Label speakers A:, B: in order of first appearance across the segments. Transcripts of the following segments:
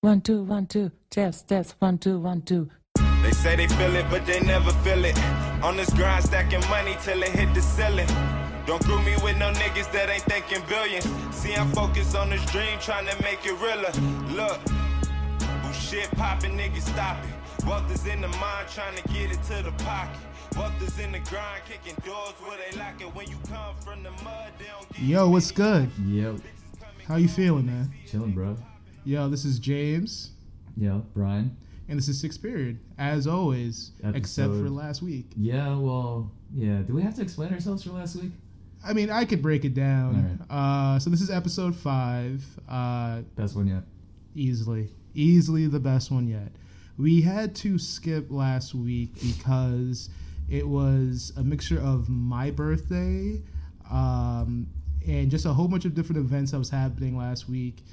A: One, two, one, two, test, test, one, two, one, two.
B: They say they feel it, but they never feel it. On this grind, stacking money till it hit the ceiling. Don't group me with no niggas that ain't thinking billions. See, I'm focused on this dream, trying to make it realer. Look, bullshit popping, niggas stop it. Wealth is in the mind, trying to get it to the pocket. Wealth is in the grind, kicking doors where they lock it. When you come from the mud, they don't get
C: Yo, what's good?
D: Yo,
C: How you feeling, man?
D: chilling, bro.
C: Yo, this is James,
D: Yo, Brian.
C: and this is Sixth Period, as always, except for
D: Episode.
C: last week.
D: Yeah, well, yeah. Do we have to explain ourselves for last week?
C: I mean, I could break it down. Uh, so this is episode five, uh,
D: Best one yet.
C: easily, easily the best one yet. We had to skip last week because it was a mixture of my birthday um, and just a whole bunch of different events that was happening last week.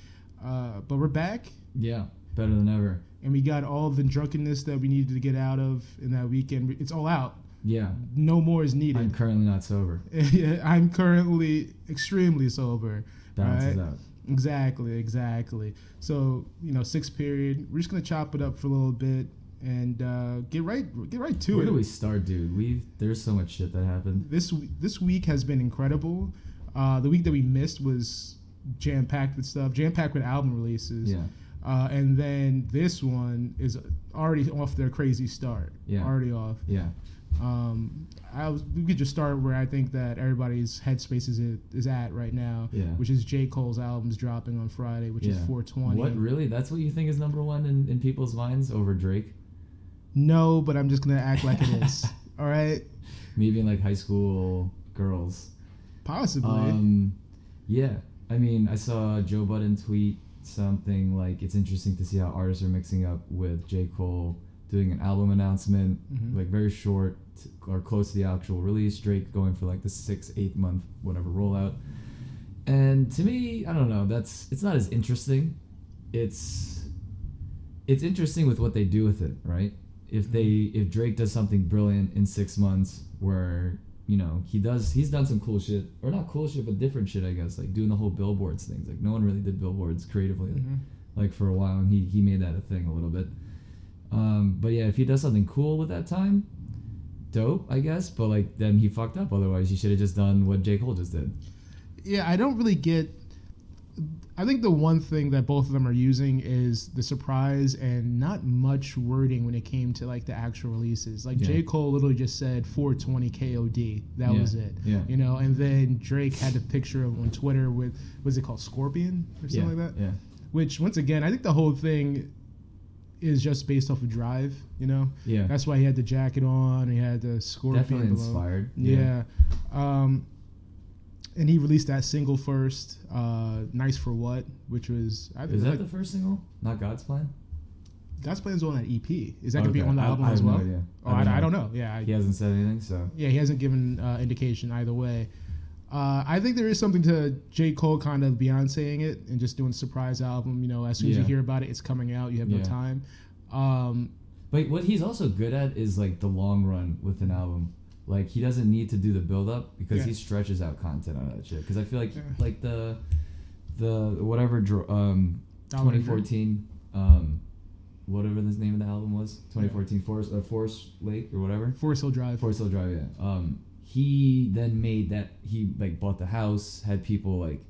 C: Uh, but we're back.
D: Yeah, better than ever.
C: and we got all the drunkenness that we needed to get out of in that weekend. It's all out.
D: Yeah,
C: No more is
D: I'm
C: needed.
D: currently not sober.
C: Yeah, I'm currently extremely sober.
D: Balances
C: right?
D: out.
C: Exactly, exactly. So you know, sixth period. We're just gonna chop it up for a little bit and uh, get right, get right to
D: Where
C: it.
D: do we start, dude? We there's so much shit that happened.
C: This this week has been incredible. Uh, the week that we missed was jam packed with stuff, jam packed with album releases.
D: Yeah,
C: Uh, and then this one is already off their crazy start.
D: Yeah.
C: Already off.
D: yeah,
C: Um, I was, we could just start where I think that everybody's headspace is, is at right now,
D: Yeah.
C: which is J. Cole's album's dropping on Friday, which is
D: yeah.
C: 420.
D: What really? That's what you think is number one in, in people's minds over Drake?
C: No, but I'm just going to act like it is. All right?
D: Me being like high school girls.
C: Possibly.
D: Um, yeah, I mean, I saw Joe Budden tweet something like, "It's interesting to see how artists are mixing up with J. Cole doing an album announcement, like very short or close to the actual release. Drake going for like the six, eight month, whatever rollout. And to me, I don't know. That's it's not as interesting. It's it's interesting with what they do with it, right?
C: Mm-hmm.
D: If they if Drake does something brilliant in six months, where you know he does he's done some cool shit or not cool shit but different shit I guess like doing the whole billboards things like no one really did billboards creatively like,
C: Mm-hmm.
D: like for a while and he he made that a thing a little bit. Um, but yeah, if he does something cool with that time, dope I guess. But like then he fucked up. Otherwise, he should have just done what J Cole just did.
C: yeah, I don't really get. I think the one thing that both of them are using is the surprise and not much wording when it came to like the actual releases. Like
D: Yeah.
C: J. Cole literally just said 420 KOD. That
D: Yeah,
C: was it.
D: yeah.
C: You know, and then Drake had the picture of on Twitter with was it called Scorpion or
D: Yeah,
C: something like that?
D: yeah,
C: Which once again, I think the whole thing is just based off of Drive, you know?
D: yeah.
C: That's why he had the jacket on, he had the Scorpion
D: Definitely
C: below.
D: inspired.
C: Yeah. Um, and he released that single first, uh, "Nice for What," which was I think
D: Is that
C: like,
D: the first single? Not God's Plan?
C: God's Plan is on that EP. Is that gonna be
D: Okay.
C: on the
D: I-
C: album
D: I
C: as
D: have no
C: well?
D: idea.
C: Oh, I, I don't know. Yeah, I,
D: He hasn't said anything, so.
C: yeah, he hasn't given uh, indication either way. Uh, I think there is something to J. Cole kind of Beyonceing it and just doing a surprise album. You know, as soon as you
D: Yeah.
C: hear about it, it's coming out. You have no
D: Yeah.
C: time. Um,
D: But what he's also good at is like the long run with an album. Like he doesn't need to do the build up because
C: Yeah.
D: he stretches out content on that shit. Cuz I feel like
C: Yeah.
D: like the the whatever dro- um
C: Dollar Tree.
D: 2014 um whatever the name of the album was 2014 Forest uh, Forest Lake or whatever.
C: Forest Hill Drive.
D: Forest Hill Drive, yeah. Um, he then made that he like bought the house, had people like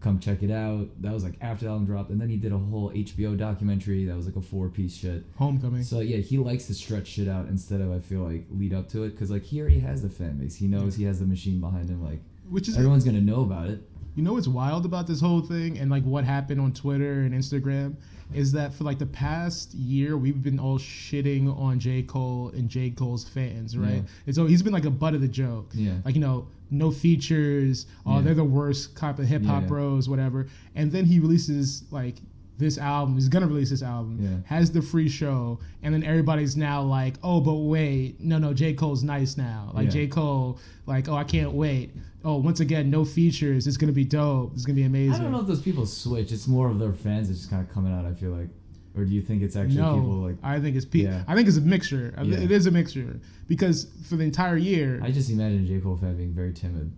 D: come check it out. That was like after the album dropped, and then he did a whole HBO documentary that was like a four piece shit.
C: Homecoming.
D: So yeah, he likes to stretch shit out instead of I feel like lead up to it because like he already has the fan base. He knows he has the machine behind him. Like
C: which is
D: everyone's gonna know about it.
C: You know what's wild about this whole thing and like what happened on Twitter and Instagram is that for like the past year we've been all shitting on J. Cole and J. Cole's fans, right?
D: Yeah.
C: And so he's been like a butt of the joke.
D: Yeah.
C: Like, you know, no features, oh,
D: Yeah.
C: they're the worst type of hip hop
D: Yeah.
C: bros, whatever. And then he releases like this album, he's gonna release this album,
D: Yeah.
C: has the free show, and then everybody's now like, Oh, but wait, no, no, J. Cole's nice now. Like
D: Yeah.
C: J. Cole, like, oh I can't wait. Oh, once again, no features. It's gonna be dope. It's gonna be amazing.
D: I don't know if those people switch. It's more of their fans that's just kind of coming out. I feel like, or do you think it's actually
C: No,
D: people like?
C: I think it's pe-
D: Yeah.
C: I think it's a mixture. I thi-
D: Yeah.
C: It is a mixture because for the entire year,
D: I just imagine J Cole fan being very timid.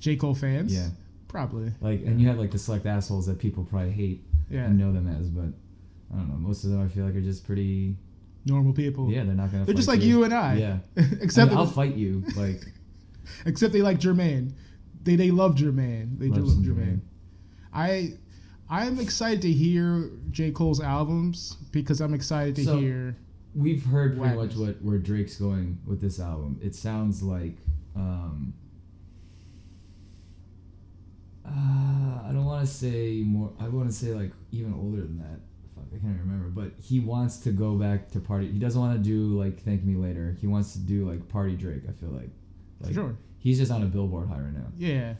C: J Cole fans,
D: Yeah.
C: probably,
D: Like, and you have like the select assholes that people probably hate
C: yeah.
D: and know them as, but I don't know. Most of them I feel like are just pretty.
C: Normal people.
D: Yeah, they're not gonna.
C: They're just
D: fight
C: like you and I.
D: Yeah.
C: except
D: I mean, I'll
C: they-
D: fight you. Like
C: except they like Jermaine. They they love Jermaine. They do
D: Love
C: love
D: some
C: Jermaine.
D: Jermaine.
C: I I'm excited to hear J Cole's albums because I'm excited to
D: So-
C: hear.
D: we've heard pretty much
C: Wackness.
D: what where Drake's going with this album. It sounds like. um uh, I don't want to say more. I want to say like even older than that. Fuck, I can't remember. But he wants to go back to party. He doesn't want to do like "Thank Me Later." He wants to do like "Party Drake." I feel like, like
C: Sure.
D: he's just on a billboard high right now.
C: Yeah,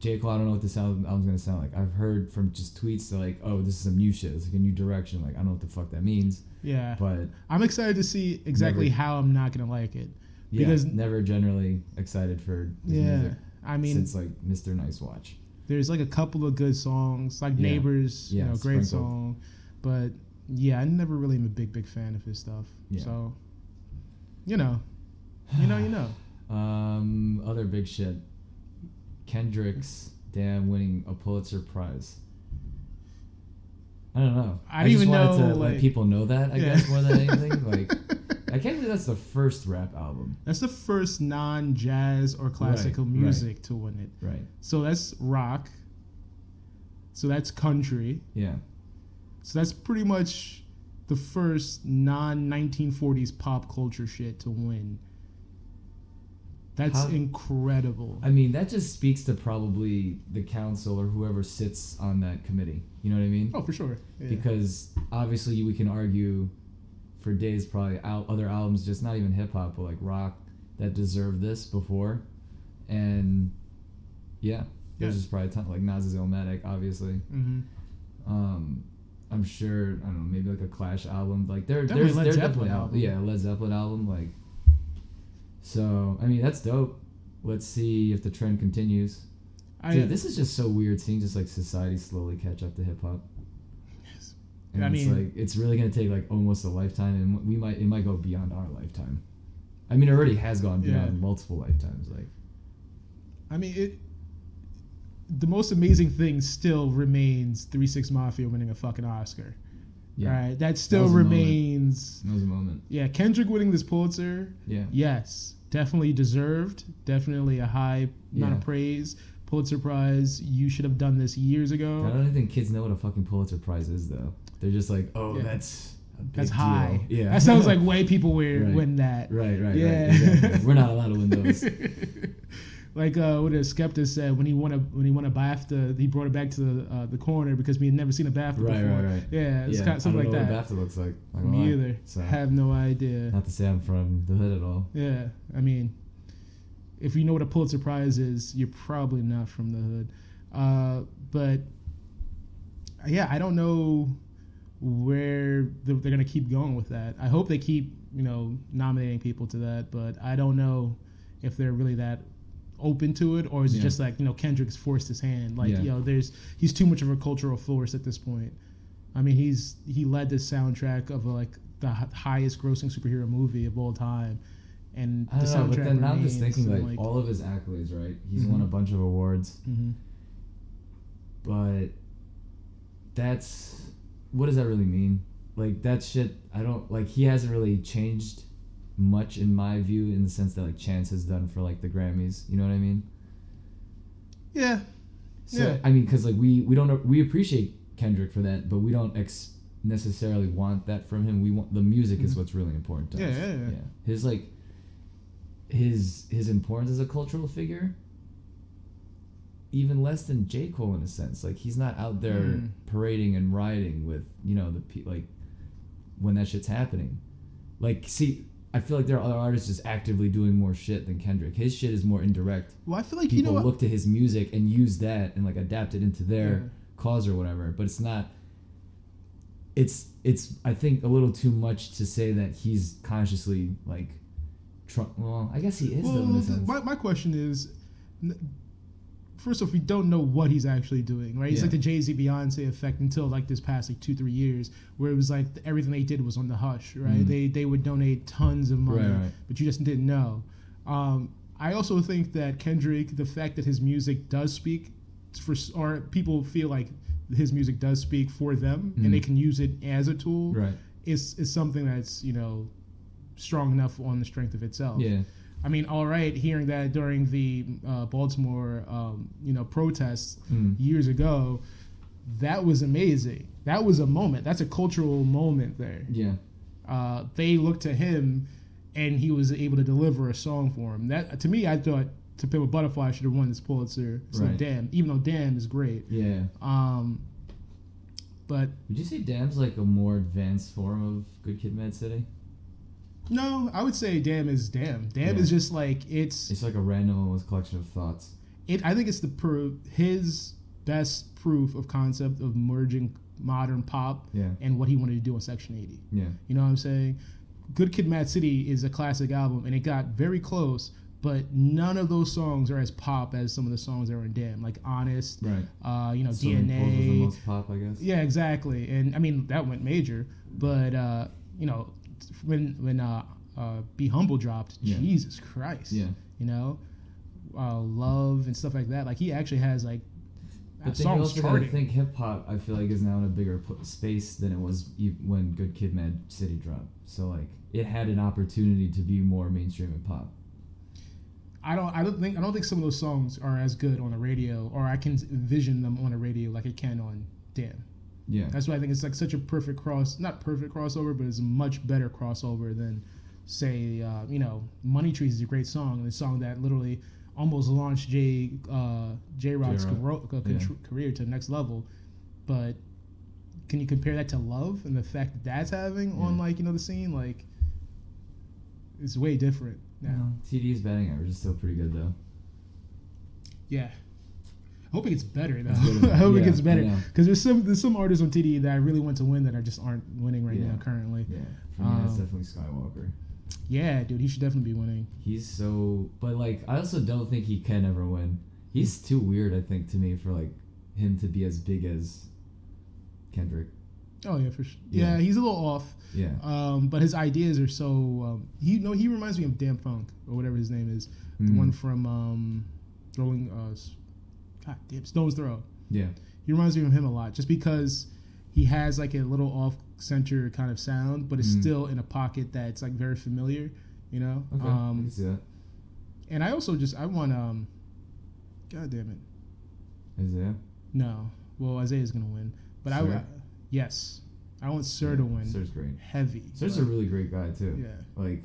D: J. Cole, I don't know what this album, album's gonna sound like. I've heard from just tweets that like, oh, this is some new shit. It's like a new direction. Like I don't know what the fuck that means,
C: yeah.
D: but
C: I'm excited to see exactly
D: Never-
C: how I'm not gonna like it.
D: yeah,
C: Because-
D: never generally excited for his
C: Yeah,
D: music
C: I mean,
D: since like Mr. Nice Watch.
C: there's like a couple of good songs, like
D: Yeah.
C: Neighbors,
D: Yeah,
C: you know, great
D: sprinkled.
C: song, but yeah, I never really am a big big fan of his stuff.
D: Yeah.
C: So, you know, you know, you know.
D: Um, other big shit, Kendrick's damn winning a Pulitzer Prize. I don't know.
C: I didn't
D: just
C: even
D: wanted
C: know,
D: to
C: like-
D: let people know that. I
C: Yeah.
D: guess more than anything, like I can't believe that's the first rap album,
C: That's the first non jazz or classical
D: right.
C: music to win it.
D: right?
C: So that's rock. So that's country.
D: Yeah.
C: So that's pretty much the first non 1940s pop culture shit to win. That's
D: How-
C: incredible.
D: I mean, that just speaks to probably the council or whoever sits on that committee. You know what I mean?
C: oh, for sure. Yeah.
D: Because obviously, we can argue for days probably out other albums, just not even hip hop, but like rock that deserved this before. And yeah, there's
C: Yeah.
D: just probably a ton, like Nas's Illmatic, obviously.
C: hmm
D: Um, I'm sure I don't know, maybe like a Clash album. Like there,
C: Definitely
D: there's
C: Led
D: there
C: Zeppelin
D: definitely
C: album.
D: album. yeah, Led Zeppelin album. Like, so I mean that's dope. Let's see if the trend continues.
C: I,
D: Dude, this is just so weird seeing just like society slowly catch up to hip hop.
C: Yes.
D: And
C: I
D: it's
C: mean-
D: like it's really gonna take like almost a lifetime, and we might it might go beyond our lifetime. I mean, it already has gone beyond
C: Yeah.
D: multiple lifetimes. Like,
C: I mean, it. The most amazing thing still remains Three Six Mafia winning a fucking Oscar.
D: yeah,
C: Right, that still
D: was a moment.
C: remains.
D: that was a moment.
C: Yeah, Kendrick winning this Pulitzer.
D: Yeah,
C: Yes, definitely deserved. Definitely a high amount of
D: Yeah.
C: praise. Pulitzer Prize. You should have done this years
D: I
C: ago.
D: don't even think kids know what a fucking Pulitzer Prize is, though. They're just like, oh,
C: Yeah.
D: that's a big
C: That's
D: deal.
C: high.
D: Yeah,
C: That sounds like white people win
D: Right.
C: win that.
D: right, right,
C: Yeah.
D: right. Exactly. We're not allowed to win those.
C: Like uh, what a Skepta said when he won a when he won a BAFTA, he brought it back to the uh, the coroner because we had never seen a BAFTA
D: Right,
C: before.
D: right, right.
C: Yeah, it's
D: yeah,
C: kind of something
D: I don't
C: like
D: know
C: that.
D: What a BAFTA looks like. not
C: Me
D: gonna lie.
C: either.
D: So,
C: Have no idea.
D: not to say I'm from the hood at all.
C: Yeah, I mean, if you know what a Pulitzer Prize is, you're probably not from the hood. Uh, but yeah, I don't know where they're, they're going to keep going with that. I hope they keep, you know, nominating people to that, but I don't know if they're really that open to it or is it
D: Yeah.
C: just like, you know, Kendrick's forced his hand. Like,
D: Yeah.
C: you know, there's he's too much of a cultural force at this point. I mean, he's he led the soundtrack of like the hi- highest grossing superhero movie of all time, and
D: I
C: the
D: don't know,
C: soundtrack
D: but then now I'm
C: remains.
D: just thinking
C: and,
D: like, all of his accolades, right? He's won
C: Mhm.
D: a bunch of awards,
C: Mhm.
D: but that's what does that really mean? Like that shit, I don't like. He hasn't really changed much in my view, in the sense that like Chance has done for like the Grammys. You know what I mean?
C: yeah,
D: So
C: Yeah.
D: I mean, because like we we don't we appreciate Kendrick for that, but we don't ex- necessarily want that from him. We want the music is what's really important to
C: Mm-hmm. Yeah,
D: us.
C: yeah, yeah.
D: His like his his importance as a cultural figure even less than J Cole in a sense. Like he's not out there
C: Mm.
D: parading and riding with you know the pe- like when that shit's happening. Like see. I feel like there are other artists just actively doing more shit than Kendrick. His shit is more indirect
C: well, I feel like you know
D: people
C: what?
D: look to his music and use that and like adapt it into their
C: Yeah.
D: cause or whatever but it's not it's it's i think a little too much to say that he's consciously like tr- well i guess he is though in
C: Well,
D: a
C: th-
D: sense.
C: my my question is, n- first off, we don't know what he's actually doing, right? It's
D: Yeah.
C: like the Jay Z Beyonce effect until like this past like two three years, where it was like everything they did was on the hush, right?
D: Mm.
C: They they would donate tons of money,
D: Right, right.
C: but you just didn't know. Um, I also think that Kendrick, the fact that his music does speak for s- or people feel like his music does speak for them
D: Mhm.
C: and they can use it as a tool
D: Right.
C: is is something that's you know strong enough on the strength of itself.
D: Yeah.
C: I mean, all right, hearing that during the uh, Baltimore um, you know protests
D: Mm.
C: years ago, that was amazing. That was a moment. That's a cultural moment there.
D: Yeah.
C: Uh, they looked to him, and he was able to deliver a song for him. That to me, I thought "To Pimp a Butterfly" should have won this Pulitzer. So
D: Right.
C: damn, even though damn is great.
D: Yeah.
C: Um, but
D: Would you say Dam's like a more advanced form of Good Kid, Mad City?
C: no, I would say damn is damn. Damn
D: Yeah.
C: is just like it's
D: It's like a randomized collection of thoughts.
C: it I think it's the proof his best proof of concept of merging modern pop
D: Yeah.
C: and what he wanted to do in Section 80.
D: Yeah.
C: You know what I'm saying? Good Kid, Mad City is a classic album, and it got very close, but none of those songs are as pop as some of the songs that were in Damn, like Honest,
D: Right.
C: uh, you know,
D: Swimming Pools was the
C: DNA.
D: most pop, I guess.
C: Yeah, exactly. And I mean that went major, but uh, you know, when when uh, uh, Be Humble dropped,
D: Yeah.
C: Jesus Christ.
D: Yeah.
C: You know, uh, love and stuff like that. Like he actually has like
D: But then you
C: songs
D: also gotta
C: charting.
D: think hip hop. I feel like is now in a bigger pl- space than it was e- when Good Kid, Mad City dropped. So like it had an opportunity to be more mainstream and pop.
C: I don't. I don't think. I don't think some of those songs are as good on the radio, or I can envision them on the radio like it can on Damn.
D: Yeah.
C: That's why I think it's like such a perfect cross. Not perfect crossover, but it's a much better crossover than, say, uh, you know, Money Trees is a great song, and the song that literally almost launched J uh, J Rod's
D: J-Rod.
C: career to the next level. But can you compare that to Love and the effect that that's having on
D: Yeah.
C: like you know the scene? Like, it's way different now.
D: No, TD's batting average is still pretty good though.
C: Yeah. I hope it gets better though.
D: It's better.
C: I hope
D: Yeah,
C: it gets
D: I
C: better
D: know.
C: because there's some there's some artists on TD that I really want to win that are just aren't winning right
D: Yeah.
C: now currently.
D: Yeah. For me, that's
C: Um,
D: definitely Skywalker.
C: Yeah, dude, he should definitely be winning.
D: He's so, but like, I also don't think he can ever win. He's too weird, I think, to me for like him to be as big as Kendrick.
C: Oh yeah, for sure. Yeah,
D: Yeah.
C: he's a little off,
D: Yeah,
C: um, but his ideas are so. Um, he no, he reminds me of Dan Funk or whatever his name is, the
D: Mhm.
C: one from um, Rolling. Uh, S- God damn, Stones Throw.
D: yeah,
C: He reminds me of him a lot, just because he has like a little off center kind of sound, but it's
D: Mhm.
C: still in a pocket that's like very familiar. You know,
D: okay, I
C: um,
D: can see that.
C: And I also just I want um, God damn it,
D: Isaiah,
C: no. Well, Isaiah's gonna win, but I
D: Sir?
C: yes, I want Sir to win
D: Sir's great.
C: heavy.
D: Sir's a
C: Like,
D: really great guy too.
C: yeah,
D: Like,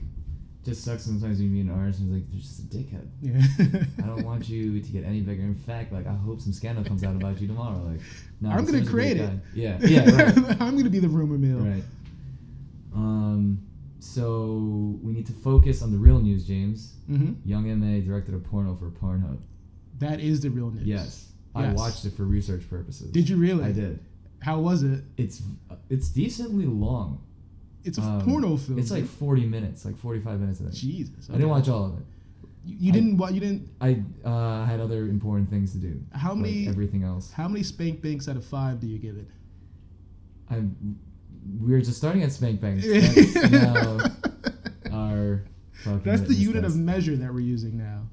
D: just sucks sometimes when you meet an artist and he's like, they're just a dickhead.
C: yeah.
D: I don't want you to get any bigger. In fact, like, I hope some scandal comes out about you tomorrow. Like, no,
C: I'm gonna
D: Sir's a great
C: create it.
D: guy. Yeah, yeah, right.
C: I'm gonna be the rumor mill.
D: Right. Um, so we need to focus on the real news, James.
C: hmm
D: Young MA directed a porno for Pornhub.
C: That is the real news.
D: Yes. I
C: Yes.
D: watched it for research purposes.
C: Did you really?
D: I did.
C: How was it?
D: It's it's decently long.
C: It's a
D: Um,
C: porno film.
D: It's like 40 minutes, like 45 minutes of it.
C: Jesus.
D: I didn't
C: okay.
D: watch all of it.
C: You, you
D: I-
C: didn't. Wa- you didn't.
D: I uh, had other important things to do.
C: How
D: like
C: many?
D: everything else.
C: how many spank banks out of five do you give it?
D: I we were just starting at Spank Bangs. That's now our fucking
C: That's the
D: litmus
C: unit of
D: test.
C: measure that we're using now.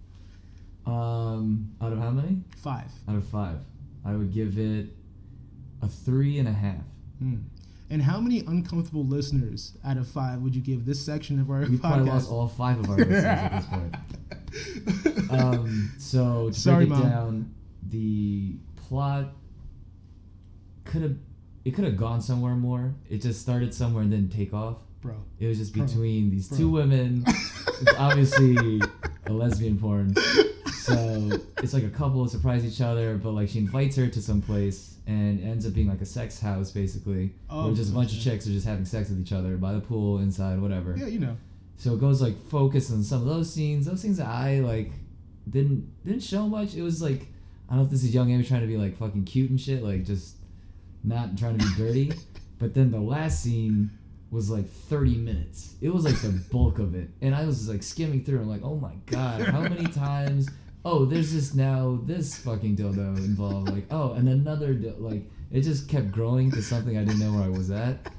D: um out of how many?
C: Five.
D: out of five. I would give it a three and a half.
C: Hmm. And how many uncomfortable listeners out of five would you give this section of our
D: We probably lost
C: podcast?
D: all five of our listeners at this point. Um, so to
C: Sorry,
D: break it
C: Mom.
D: down, the plot could have it could have gone somewhere more. It just started somewhere and didn't take off.
C: Bro,
D: It was just
C: Bro.
D: between these
C: Bro.
D: two women. It's obviously a lesbian porn. So it's like a couple surprise each other, but like she invites her to some place and it ends up being like a sex house basically.
C: Oh,
D: where just a bunch of
C: okay.
D: chicks are just having sex with each other by the pool, inside, whatever.
C: yeah, you know.
D: So it goes like focus on some of those scenes. Those things that I like didn't didn't show much. It was like I don't know if this is young Amy trying to be like fucking cute and shit, like just not trying to be dirty. but then the last scene was like 30 minutes. It was like the bulk of it. And I was like skimming through. I'm like, oh my god, how many times? Oh, there's this now this fucking dildo involved. Like, oh, and another dil- like it just kept growing to something I didn't know where I was at.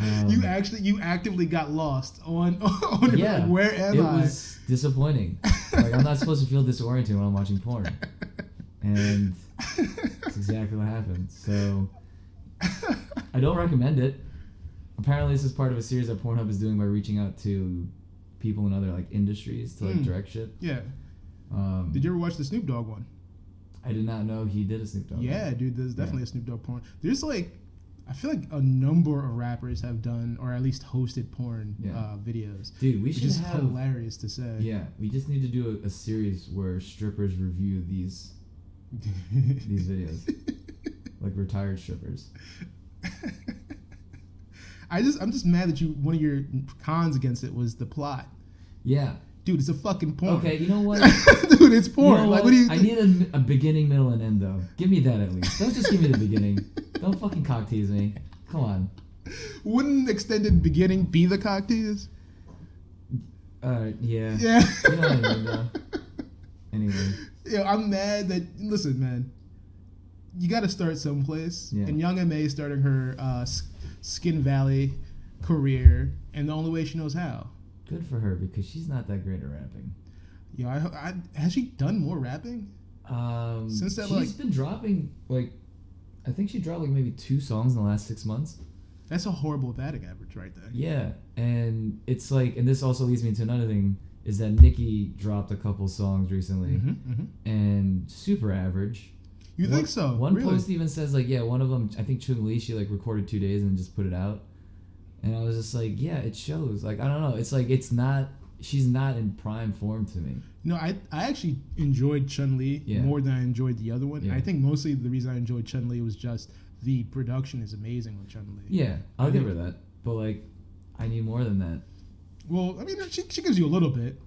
D: Um,
C: you actually, you actively got lost on, on
D: yeah,
C: like, where am
D: it
C: I?
D: was disappointing. like I'm not supposed to feel disoriented when I'm watching porn. and that's exactly what happened. So I don't recommend it. Apparently, this is part of a series that Pornhub is doing by reaching out to people in other like industries to like
C: Hmm.
D: direct shit.
C: yeah.
D: Um,
C: Did you ever watch the Snoop Dogg one?
D: I did not know he did a Snoop Dogg.
C: Yeah, dude, there's definitely a Snoop Dogg porn. There's like, I feel like a number of rappers have done or at least hosted porn
D: Yeah.
C: uh, videos,
D: dude, we
C: which
D: should
C: is
D: have.
C: hilarious to say.
D: Yeah, we just need to do a, a series where strippers review these these videos, like retired strippers.
C: I just, I'm just mad that you. One of your cons against it was the plot,
D: Yeah.
C: dude. It's a fucking porn.
D: Okay, you know what?
C: dude, it's
D: You know
C: porn. like, what do you?
D: I need a, a beginning, middle, and end though. Give me that at least. Don't just give me the beginning. Don't fucking cock tease me. Come on.
C: Wouldn't extended beginning be the cocktails?
D: Uh, yeah.
C: Yeah.
D: You know what I mean, though. Anyway,
C: Yo, I'm mad that listen, man. You got to start someplace.
D: Yeah.
C: And Young Ma started her uh, S- Skin Valley career, and the only way she knows how.
D: good for her because she's not that great at rapping.
C: Yo, I, I, has she done more rapping?
D: Um,
C: Since that,
D: she's
C: like-
D: been dropping like, I think she dropped like maybe two songs in the last six months.
C: That's a horrible batting average right there.
D: Yeah, and it's like, and this also leads me to another thing is that Nicki dropped a couple songs recently
C: hmm hmm
D: and super average.
C: You
D: One-
C: think so?
D: One
C: Oh, really?
D: post even says like, yeah, one of them, I think Chung Lee, she like recorded two days and just put it out, and I was just like, yeah, it shows. Like I don't know, it's like it's not. She's not in prime form to me.
C: No, I, I actually enjoyed Chun Li
D: Yeah.
C: more than I enjoyed the other one.
D: Yeah.
C: I think mostly the reason I enjoyed Chun Li was just the production is amazing with Chun Li.
D: Yeah, I'll give her that, but like, I need more than that.
C: Well, I mean, she, she gives you a little bit.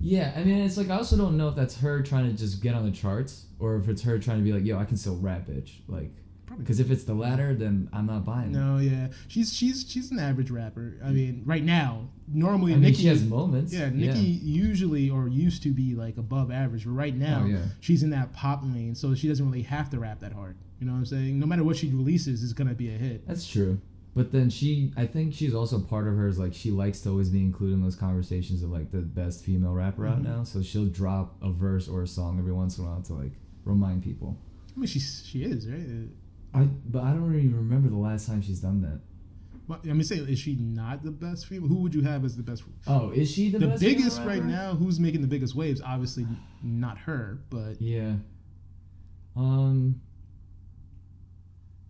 D: Yeah, I mean, it's like I also don't know if that's her trying to just get on the charts or if it's her trying to be like, yo, I can still rap, bitch. Like,
C: Probably.
D: because if it's the latter, then I'm not buying. it.
C: No, yeah, she's she's she's an average rapper. I mean, right now,
D: I
C: normally
D: mean,
C: Nikki,
D: she has moments.
C: yeah, Nikki usually or used to be like above average, but right now
D: Oh, yeah.
C: she's in that pop lane, so she doesn't really have to rap that hard. You know what I'm saying? No matter what she releases, it's gonna be a hit.
D: that's true. But then she, I think she's also part of her is like she likes to always be included in those conversations of like the best female rapper out now. So she'll drop a verse or a song every once in a while to like remind people.
C: I mean, she she is right.
D: I but I don't even remember the last time she's done that.
C: But, I mean, say is she not the best female? Who would you have as the best?
D: Oh, is she the,
C: The
D: best female
C: biggest right
D: rapper?
C: now, who's making the biggest waves? Obviously, not her, but
D: Yeah. Um.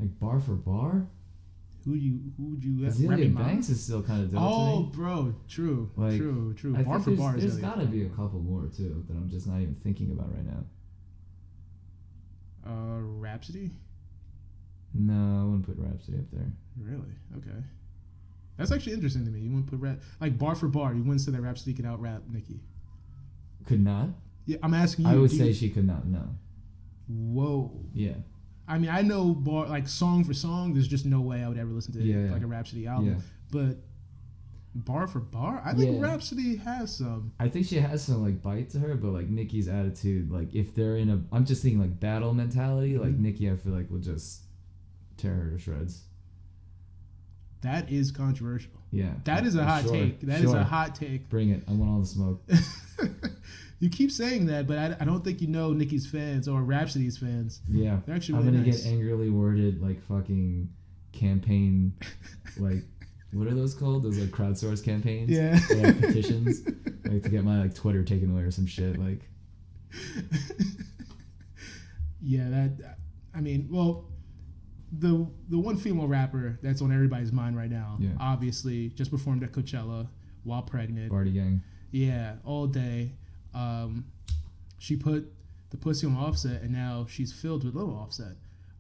D: Like bar for bar,
C: who you who would you have?
D: Azealia
C: Remy Ma?
D: Banks is still kind of dope.
C: Oh,
D: Oh,
C: bro, true,
D: Like,
C: true, true.
D: I
C: Bar
D: think
C: for
D: there's,
C: bar.
D: there's
C: Azealia
D: gotta be a couple more too that I'm just not even thinking about right now.
C: Uh, Rhapsody?
D: No, I wouldn't put Rhapsody up there.
C: Really? Okay. That's actually interesting to me. You wouldn't put rap like bar for bar. You wouldn't say that Rhapsody could out rap Nicki.
D: Could not.
C: Yeah, I'm asking you.
D: I would
C: do
D: say
C: you-
D: she could not. No.
C: whoa.
D: Yeah.
C: I mean, I know bar like song for song. There's just no way I would ever listen to
D: Yeah, yeah.
C: like a Rhapsody album.
D: Yeah.
C: But bar for bar, I think
D: Yeah.
C: Rhapsody has some.
D: I think she has some like bite to her, but like Nikki's attitude, like if they're in a, I'm just thinking like battle mentality. Like
C: Mhm.
D: Nikki, I feel like will just tear her to shreds.
C: That is controversial.
D: Yeah.
C: That is a hot
D: Sure,
C: take. That is
D: sure.
C: a hot take.
D: Bring it. I want all the smoke.
C: you keep saying that, but I, I don't think you know Nicki's fans or Rhapsody's fans.
D: Yeah.
C: They're actually
D: I'm
C: really
D: gonna
C: nice.
D: get angrily worded like fucking campaign, like what are those called? Those like crowdsource campaigns.
C: Yeah.
D: Or, like petitions, like to get my like Twitter taken away or some shit. Like
C: Yeah, that. I mean, well, the the one female rapper that's on everybody's mind right now,
D: Yeah.
C: obviously, just performed at Coachella while pregnant.
D: Barty Gang.
C: Yeah, all day. Um, she put the pussy on Offset, and now she's filled with little Offset.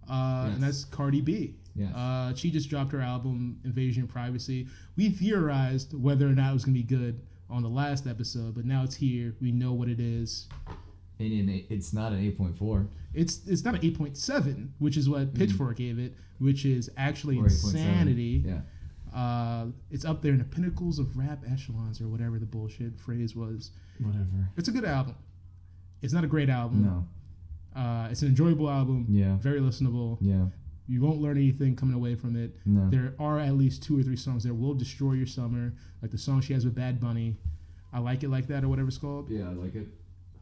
C: Uh,
D: Yes.
C: And that's Cardi B.
D: Yes.
C: Uh, she just dropped her album Invasion of Privacy. We theorized whether or not it was gonna be good on the last episode, but now it's here. We know what it is.
D: And in a, it's not an 8.4
C: It's it's not an eight point seven, which is what Pitchfork gave it, which is actually
D: Mm. or 8.7.
C: insanity.
D: Yeah.
C: Uh, it's up there in the pinnacles of rap echelons or whatever the bullshit phrase was.
D: Whatever.
C: It's a good album. It's not a great album.
D: No.
C: Uh, it's an enjoyable album.
D: Yeah.
C: Very listenable.
D: Yeah.
C: You won't learn anything coming away from it.
D: No.
C: There are at least two or three songs that will destroy your summer, like the song she has with Bad Bunny. I like it like that or whatever it's called.
D: Yeah, I like it.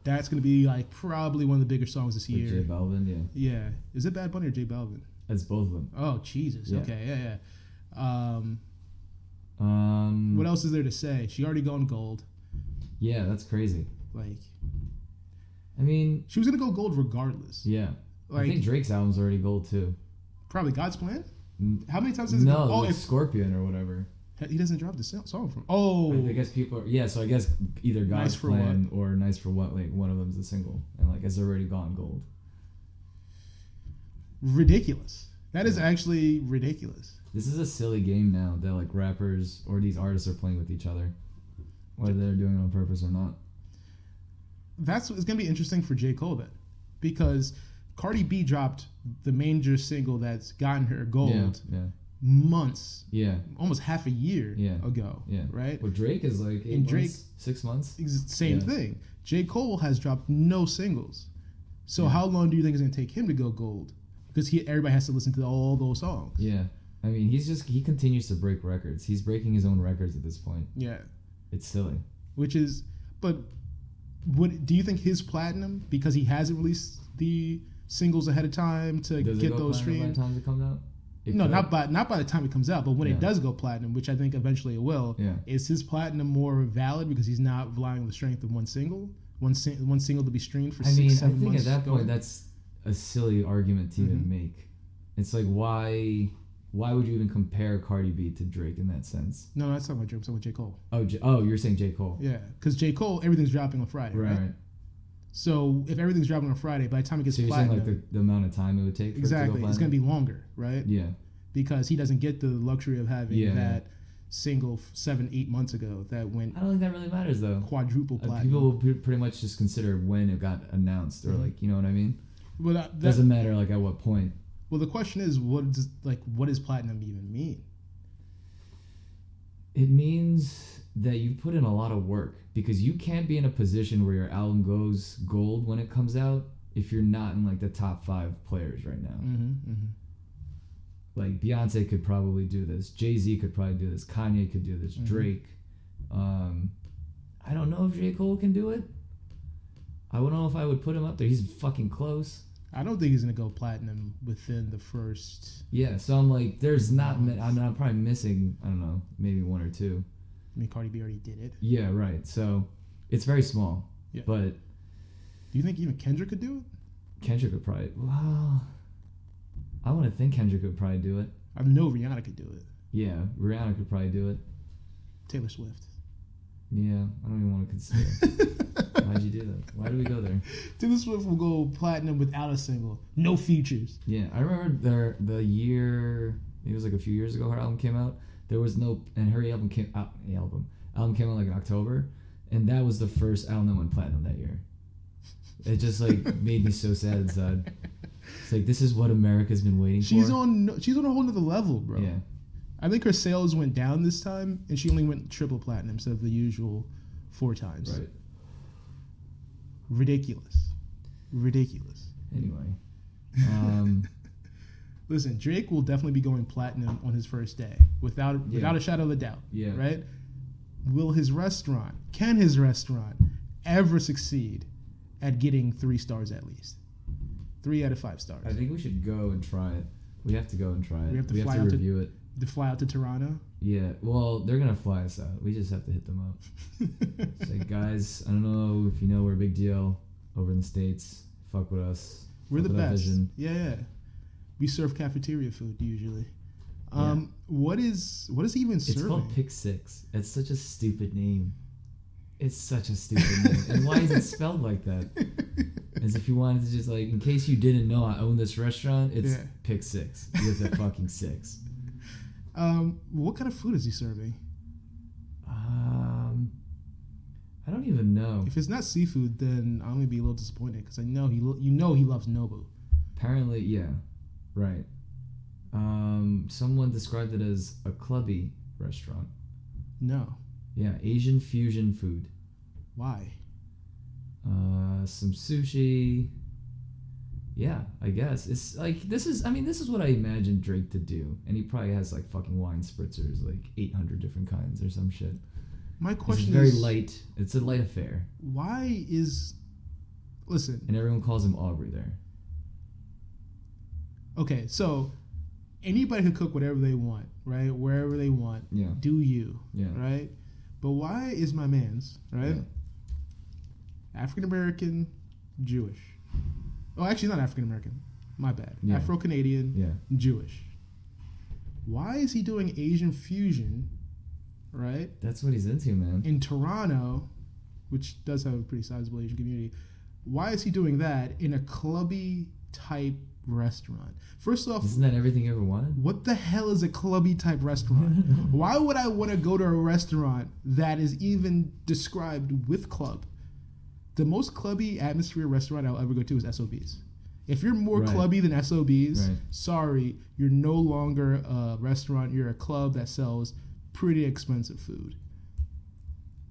C: That's gonna be like probably one of the bigger songs this
D: Like J
C: year.
D: Balvin, yeah.
C: Yeah, is it Bad Bunny or J Balvin?
D: It's both of them.
C: Oh Jesus.
D: Yeah.
C: Okay. Yeah. Yeah. Um,
D: Um,
C: what else is there to say? She already gone gold.
D: Yeah, that's crazy.
C: Like
D: I mean,
C: she was gonna go gold regardless.
D: yeah.
C: Like
D: I think Drake's album's already gold too.
C: probably God's plan.
D: N-
C: How many times has it?
D: Mm. No,
C: oh,
D: the
C: if,
D: Scorpion or whatever.
C: he doesn't drop the so- song from.
D: I, I
C: Oh,
D: guess people are yeah. So I guess either God's
C: Nice for
D: Plan or Nice for What. Like one of them's the single, and like it's already gone gold.
C: ridiculous. That is actually ridiculous.
D: This is a silly game now that like rappers or these artists are playing with each other, whether they're doing it on purpose or not.
C: That's it's gonna be interesting for J Cole then, because Cardi B dropped the major single that's gotten her gold
D: Yeah,
C: months,
D: yeah,
C: almost half a year
D: Yeah.
C: ago.
D: yeah, yeah.
C: Right.
D: Well, Drake is like eight
C: And Drake-
D: months, six months.
C: Ex- same
D: Yeah.
C: thing. J. Cole has dropped no singles. So how long do you think it's gonna take him to go gold? Because he everybody has to listen to all those songs.
D: Yeah. I mean, he's just he continues to break records. He's breaking his own records at this point.
C: Yeah.
D: It's silly.
C: Which is but would do you think his platinum, because he hasn't released the singles ahead of time to
D: Does it
C: get
D: go
C: those
D: platinum by the
C: streams?
D: time it comes out? It
C: No,
D: could.
C: not by not by the time it comes out, but when
D: Yeah.
C: it does go platinum, which I think eventually it will,
D: Yeah.
C: is his platinum more valid because he's not relying on the strength of one single, one sing- one single to be streamed for
D: I
C: six,
D: mean, I
C: seven
D: think
C: months? Mm-hmm.
D: at that point
C: going?
D: that's a silly argument to even make. It's like why why would you even compare Cardi B to Drake in that sense?
C: no, no, that's not my dream. I'm talking about J. Cole.
D: Oh, J- oh, you're saying J Cole.
C: Yeah, because J. Cole, everything's dropping on Friday, right?
D: Right.
C: So if everything's dropping on Friday, by the time it gets
D: So you're saying
C: platinum,
D: like the, the amount of time it would take for it to
C: exactly,
D: go
C: it's going
D: platinum?
C: to be longer, right?
D: Yeah.
C: Because he doesn't get the luxury of having
D: Yeah.
C: that single f- seven, eight months ago that went
D: I don't think that really matters though.
C: quadruple
D: Uh,
C: platinum.
D: people will pre- pretty much just consider when it got announced or like you know what I mean.
C: well, that, that-
D: Doesn't matter like at what point.
C: well, the question is, what does like what does platinum even mean?
D: It means that you put in a lot of work because you can't be in a position where your album goes gold when it comes out if you're not in like the top five players right now.
C: Mm-hmm, mm-hmm.
D: Like Beyonce could probably do this, Jay Z could probably do this, Kanye could do
C: Mm-hmm.
D: this, Drake. Um, I don't know if J Cole can do it. I don't know if I would put him up there. He's fucking close.
C: I don't think he's going to go platinum within the first.
D: Yeah, so I'm like, there's not. ma- I'm, I'm probably missing. I don't know, maybe one or two.
C: I mean, Cardi B already did it.
D: Yeah, right. So it's very small.
C: Yeah.
D: But
C: Do you think even Kendrick could do it?
D: Kendrick would probably. Well, I want to think Kendrick would probably do it.
C: I know Rihanna could do it.
D: Yeah, Rihanna could probably do it.
C: Taylor Swift.
D: Yeah, I don't even want to consider. Why'd you do that? Why did we go there?
C: Taylor Swift will go platinum without a single, no features.
D: Yeah, I remember their the year. It was like a few years ago. Her album came out. There was no, and her album came out. Album album came out like in October, and that was the first album that went platinum that year. It just like made me so sad inside. It's like this is what America's been waiting
C: She's
D: for.
C: on no- she's on a whole nother level, bro.
D: Yeah.
C: I think her sales went down this time, and she only went triple platinum instead of the usual four times.
D: Right.
C: Ridiculous, ridiculous.
D: Anyway. Um,
C: Listen, Drake will definitely be going platinum on his first day, without
D: Yeah.
C: without a shadow of a doubt.
D: Yeah.
C: Right? Will his restaurant, can his restaurant, ever succeed at getting three stars at least? Three out of five stars.
D: I think we should go and try it. We have to go and try it.
C: We have to fly out to-
D: review it.
C: to fly out to Toronto.
D: Yeah. Well, they're gonna fly us out. We just have to hit them up. Say, guys, I don't know if you know we're a big deal over in the states. Fuck with us.
C: We're
D: Fuck
C: the
D: with our
C: best.
D: vision.
C: Yeah, yeah. We serve cafeteria food usually. Um, What is what is he even
D: It's
C: serving?
D: called Pick Six. It's such a stupid name. It's such a stupid name. And why is it spelled like that? As if you wanted to just like, in case you didn't know, I own this restaurant. It's
C: Yeah.
D: Pick Six with the fucking six.
C: um, what kind of food is he serving?
D: Um, I don't even know.
C: If it's not seafood, then I'm gonna be a little disappointed because I know he lo- you know he loves Nobu.
D: Apparently, yeah, right. Um, someone described it as a clubby restaurant.
C: No,
D: Yeah, Asian fusion food.
C: why?
D: Uh, some sushi. Yeah, I guess it's like this is. I mean, this is what I imagined Drake to do, and he probably has like fucking wine spritzers, like eight hundred different kinds or some shit.
C: My
D: It's
C: question
D: very
C: is
D: light. It's a light affair.
C: why is Listen,
D: and everyone calls him Aubrey there.
C: okay, so anybody can cook whatever they want, right? Wherever they want.
D: Yeah.
C: Do you,
D: Yeah.
C: right? But why is my man's, right? African American, Jewish. Oh, actually, not African American. My bad.
D: Yeah.
C: Afro Canadian,
D: Yeah.
C: Jewish. Why is he doing Asian fusion, right?
D: That's what he's into, man.
C: In Toronto, which does have a pretty sizable Asian community. Why is he doing that in a clubby type restaurant? First off,
D: Isn't that everything you ever wanted?
C: what the hell is a clubby type restaurant? Why would I want to go to a restaurant that is even described with club? The most clubby atmosphere restaurant I'll ever go to is SOBs. If you're more
D: Right.
C: clubby than SOBs,
D: Right.
C: sorry, you're no longer a restaurant. You're a club that sells pretty expensive food.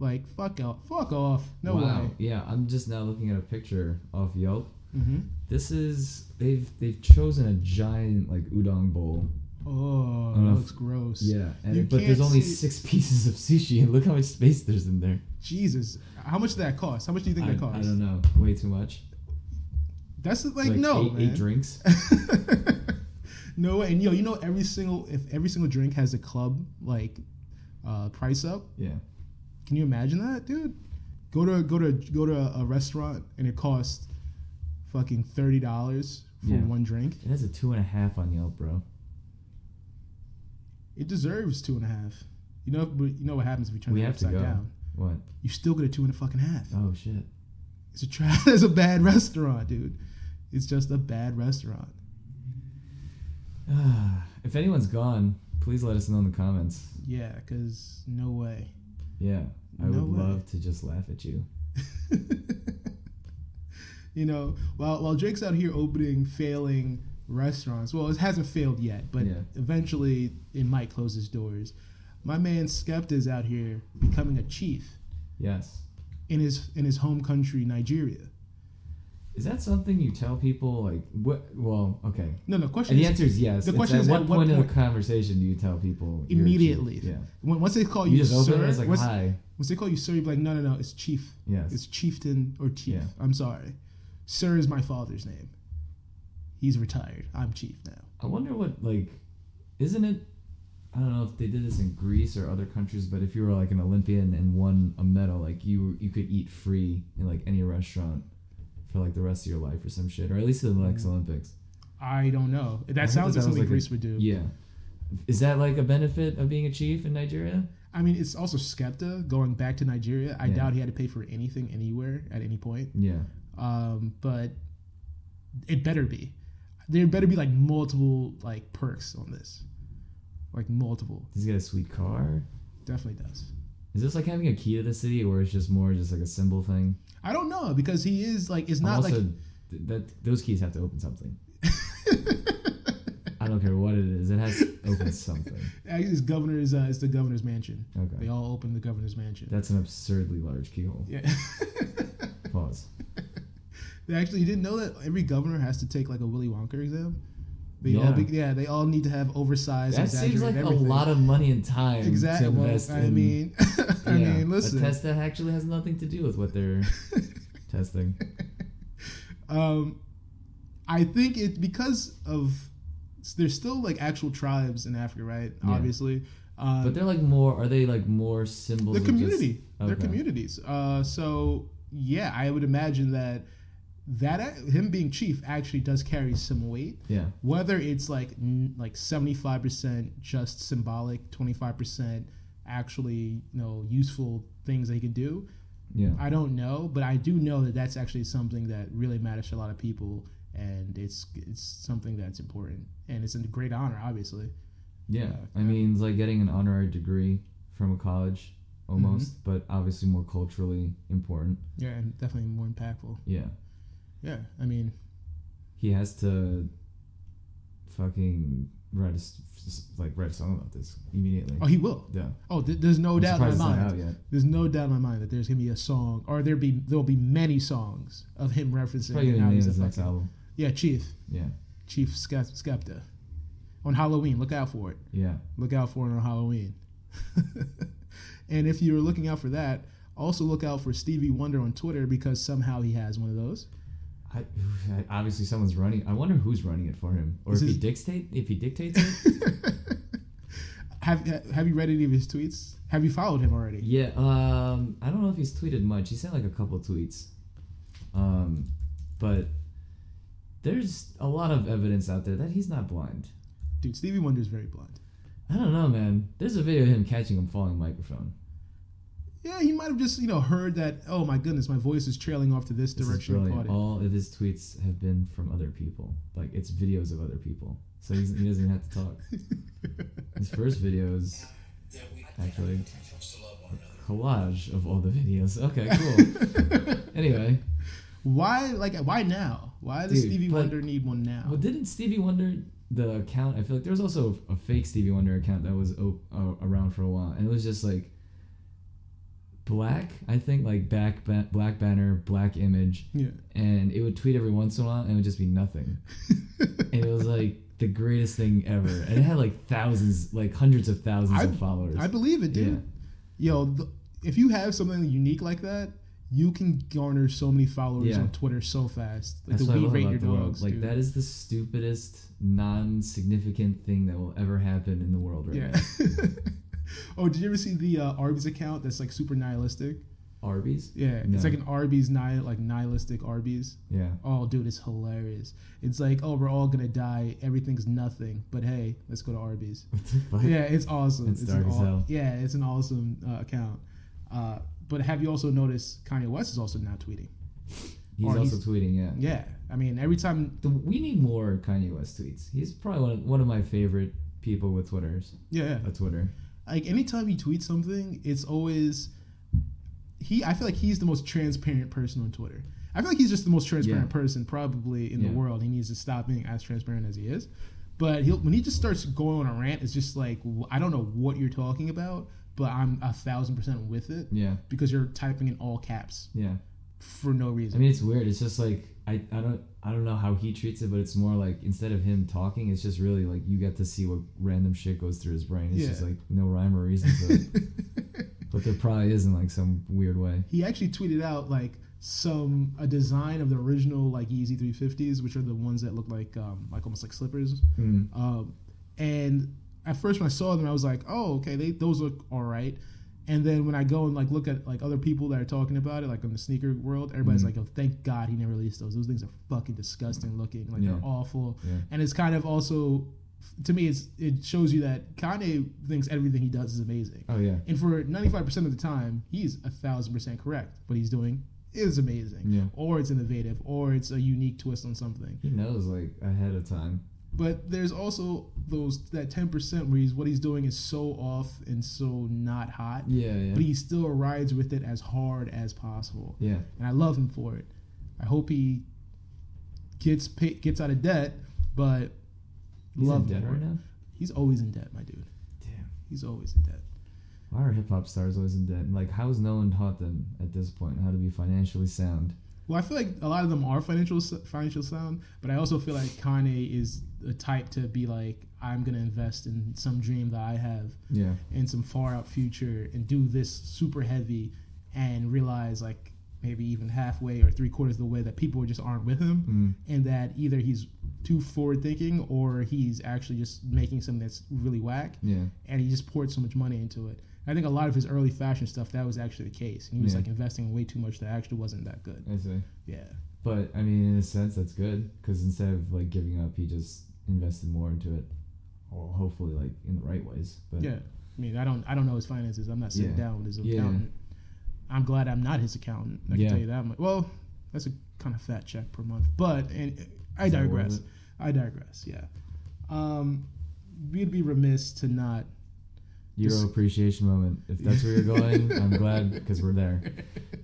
C: Like fuck off, fuck off. No
D: wow.
C: way.
D: Yeah, I'm just now looking at a picture off Yelp.
C: hmm
D: This is they've they've chosen a giant like udon bowl.
C: Oh,
D: don't know
C: that
D: if-
C: looks gross.
D: Uh, Yeah, and
C: You
D: but there's
C: can't
D: only
C: see-
D: six pieces of sushi, and look how much space there's in there.
C: Jesus, how much did that cost? How much do you think
D: I,
C: that cost?
D: I don't know, way too much.
C: That's like, no
D: eight,
C: man.
D: eight drinks.
C: no way. And yo, you know every single if every single drink has a club like uh, price up.
D: Yeah,
C: Can you imagine that, dude? Go to go to go to a restaurant and it costs fucking thirty dollars for
D: Yeah.
C: one drink.
D: it has a two and a half on Yelp, bro.
C: It deserves two and a half. You know, but you know what happens if you turn
D: We
C: it
D: have to
C: upside
D: go.
C: down?
D: What?
C: You still get a two and a fucking half.
D: Oh shit.
C: It's a tra- it's a bad restaurant, dude. It's just a bad restaurant.
D: if anyone's gone, please let us know in the comments.
C: Yeah, cause no way.
D: Yeah, I
C: No
D: would
C: way.
D: love to just laugh at you.
C: you know, while while Drake's out here opening failing restaurants, well, it hasn't failed yet, but
D: Yeah.
C: eventually it might close its doors. My man Skepta is out here becoming a chief
D: Yes.
C: in his in his home country, Nigeria.
D: Is that something you tell people? Like, what? Well, okay.
C: No, no. Question
D: And the
C: is
D: answer is yes.
C: The
D: It's
C: question
D: at
C: is
D: what
C: at what
D: point in the
C: point-
D: conversation do you tell people you're a chief?
C: immediately.
D: Yeah.
C: When, once they call you,
D: You just
C: sir,
D: open it as like
C: once,
D: hi.
C: once they call you sir, you're like, no, no, no, it's chief.
D: Yes.
C: It's chieftain or chief.
D: Yeah.
C: I'm sorry, sir is my father's name. He's retired. I'm chief now.
D: I wonder what like, isn't it? I don't know if they did this in Greece or other countries, but if you were like an Olympian and won a medal, like you you could eat free in like any restaurant for like the rest of your life or some shit, or at least to the next
C: Mm-hmm.
D: Olympics.
C: I don't know. That
D: I heard
C: sounds
D: that
C: like
D: was
C: something
D: like a-
C: Greece would do.
D: Yeah. Is that like a benefit of being a chief in Nigeria?
C: I mean, it's also Skepta going back to Nigeria. I
D: Yeah.
C: doubt he had to pay for anything anywhere at any point.
D: Yeah.
C: Um, but it better be. There better be like multiple like perks on this. Like multiple.
D: Does he get a sweet car?
C: Definitely does.
D: Is this like having a key to the city, or it's just more just like a symbol thing?
C: I don't know because he is like it's not
D: also,
C: like
D: th- that those keys have to open something. I don't care what it is; it has to open something.
C: actually, it's governor's uh, it's the governor's mansion.
D: Okay.
C: They all open the governor's mansion.
D: That's an absurdly large keyhole.
C: yeah.
D: Pause.
C: They actually you didn't know that every governor has to take like a Willy Wonka exam. They all
D: Yeah.
C: be, yeah, they all need to have oversized.
D: That seems like
C: exaggerated
D: a
C: everything.
D: lot of money and time
C: Exactly.
D: to
C: Well,
D: invest
C: I
D: in.
C: mean, I
D: yeah,
C: mean,
D: a
C: listen.
D: test that actually has nothing to do with what they're testing.
C: Um, I think it because of there's still like actual tribes in Africa, right?
D: Yeah.
C: Obviously, uh,
D: But they're like more. Are they like more symbols?
C: they're
D: of just-
C: community. They're
D: Okay.
C: communities. Uh, so yeah, I would imagine that that a- him being chief actually does carry some weight.
D: Yeah.
C: Whether it's like n- like seventy five percent just symbolic, twenty five percent actually you know useful things they could do.
D: Yeah.
C: I don't know, but I do know that that's actually something that really matters to a lot of people, and it's it's something that's important, and it's a great honor, obviously.
D: Yeah,
C: Yeah,
D: I mean, it's like getting an honorary degree from a college, almost,
C: Mm-hmm.
D: but obviously more culturally important.
C: Yeah, and definitely more impactful.
D: Yeah,
C: Yeah, I mean,
D: he has to fucking write a s- s- like write a song about this immediately.
C: oh, he will.
D: yeah,
C: Oh, th- there's no
D: I'm
C: doubt in my
D: surprised it's not
C: mind.
D: out yet.
C: There's no doubt in my mind that there's gonna be a song, or there be there'll be many songs of him referencing.
D: Probably
C: how
D: gonna name
C: he's a
D: his next
C: fucking-
D: album.
C: Yeah, Chief,
D: Yeah,
C: Chief Skep- Skepta, on Halloween. Look out for it.
D: yeah,
C: look out for it on Halloween. and if you're looking out for that, also look out for Stevie Wonder on Twitter because somehow he has one of those.
D: I, I- obviously someone's running. I wonder who's running it for him, or
C: This
D: if he
C: is-
D: dictate if he dictates it.
C: have Have you read any of his tweets? Have you followed him already?
D: yeah. Um. I don't know if he's tweeted much. He sent like a couple tweets. Um, but there's a lot of evidence out there that he's not blind.
C: Dude, Stevie Wonder's very blunt.
D: I don't know, man. There's a video of him catching a falling microphone.
C: Yeah, he might have just you know heard that. Oh my goodness, my voice is trailing off to this,
D: This is
C: direction. of
D: brilliant.
C: audio."
D: All of his tweets have been from other people. Like it's videos of other people, so he's, he doesn't even have to talk. his first video is actually a collage of all the videos. Okay, cool. anyway,
C: Why like why now? Why does
D: Dude,
C: Stevie
D: but-
C: Wonder need one now?
D: well, didn't Stevie Wonder the account? I feel like there was also a fake Stevie Wonder account that was o- uh, around for a while, and it was just like black. I think like back ba- black banner, black image.
C: yeah.
D: and it would tweet every once in a while and it would just be nothing. and it was like the greatest thing ever. And it had like thousands, like hundreds of thousands
C: I-
D: of followers.
C: I believe it, dude. Yo, th- if you have something unique like that, you can garner so many followers
D: Yeah.
C: on Twitter so fast. Like
D: That's
C: the
D: what I
C: we
D: love
C: rate
D: about
C: your
D: the world.
C: dogs,
D: Like
C: dude.
D: that is the stupidest, non-significant thing that will ever happen in the world right
C: yeah.
D: now.
C: oh, did you ever see the uh, Arby's account that's like super nihilistic?
D: Arby's.
C: Yeah,
D: No.
C: it's like an Arby's nihil like nihilistic Arby's.
D: Yeah.
C: Oh, dude, it's hilarious. It's like, oh, we're all gonna die. Everything's nothing. But hey, let's go to Arby's.
D: What the fuck?
C: yeah, it's awesome.
D: It's
C: an
D: dark as
C: aw-
D: hell.
C: Yeah, it's an awesome uh, account. Uh, but have you also noticed Kanye West is also now tweeting?
D: He's
C: Or
D: also
C: he's-
D: tweeting. Yeah.
C: Yeah, I mean every time.
D: The- we need more Kanye West tweets. He's probably one of, one of my favorite people with Twitter's.
C: Yeah, yeah.
D: A Twitter.
C: like anytime he tweets something, it's always he. I feel like he's the most transparent person on Twitter. I feel like he's just the most transparent
D: Yeah.
C: person probably in the
D: Yeah.
C: world. He needs to stop being as transparent as he is. But he'll, when he just starts going on a rant, it's just like wh- I don't know what you're talking about, but I'm a thousand percent with it
D: Yeah.
C: because you're typing in all caps
D: Yeah.
C: for no reason.
D: I mean, it's weird. It's just like I, I don't I don't know how he treats it, but it's more like instead of him talking, it's just really like you get to see what random shit goes through his brain. It's just
C: Yeah.
D: like no rhyme or reason to it. but there probably is in like some weird way.
C: he actually tweeted out like some a design of the original like Yeezy 350s, which are the ones that look like um, like almost like slippers.
D: Hmm.
C: Um, and at first when I saw them, I was like, oh okay, they those look all right. And then when I go and like look at like other people that are talking about it, like in the sneaker world,
D: Hmm.
C: everybody's like, "Oh, thank God he never released those. Those things are fucking disgusting looking. Like
D: Yeah.
C: they're awful."
D: Yeah.
C: And it's kind of also, to me, it's it shows you that Kanye thinks everything he does is amazing.
D: Oh yeah,
C: And for 95% of the time, he's a thousand percent correct. What he's doing is amazing,
D: Yeah.
C: or it's innovative, or it's a unique twist on something.
D: he knows like ahead of time.
C: But there's also those that 10% where he's what he's doing is so off and so not hot,
D: Yeah, yeah,
C: but he still rides with it as hard as possible.
D: yeah.
C: And I love him for it. I hope he gets pay, gets out of debt, but
D: He's
C: love him
D: in debt
C: for
D: right
C: it.
D: now.
C: He's always in debt, my dude.
D: Damn.
C: He's always in debt.
D: Why are hip hop stars always in debt? Like, how has no one taught them at this point how to be financially sound?
C: Well, I feel like a lot of them are financial financial sound, but I also feel like Kanye is the type to be like, I'm gonna invest in some dream that I have
D: Yeah,
C: in some far out future and do this super heavy, and realize like maybe even halfway or three quarters of the way that people just aren't with
D: Mm.
C: him, and that either he's too forward thinking or he's actually just making something that's really whack
D: yeah.
C: and he just poured so much money into it. I think a lot of his early fashion stuff that was actually the case. And he was
D: Yeah.
C: like investing way too much that actually wasn't that good.
D: I see.
C: Yeah.
D: But I mean, in a sense, that's good because instead of like giving up, he just invested more into it, or hopefully like in the right ways. But
C: Yeah. I mean, I don't I don't know his finances. I'm not sitting
D: Yeah.
C: down with his
D: Yeah.
C: accountant. I'm glad I'm not his accountant. I
D: Yeah.
C: can tell you that much. Well, that's a kind of fat check per month, but and uh, I
D: Is that
C: digress.
D: worth it?
C: I digress. Yeah. Um, we'd be remiss to not.
D: Euro
C: Just-
D: appreciation moment. If that's where you're going, I'm glad because we're there.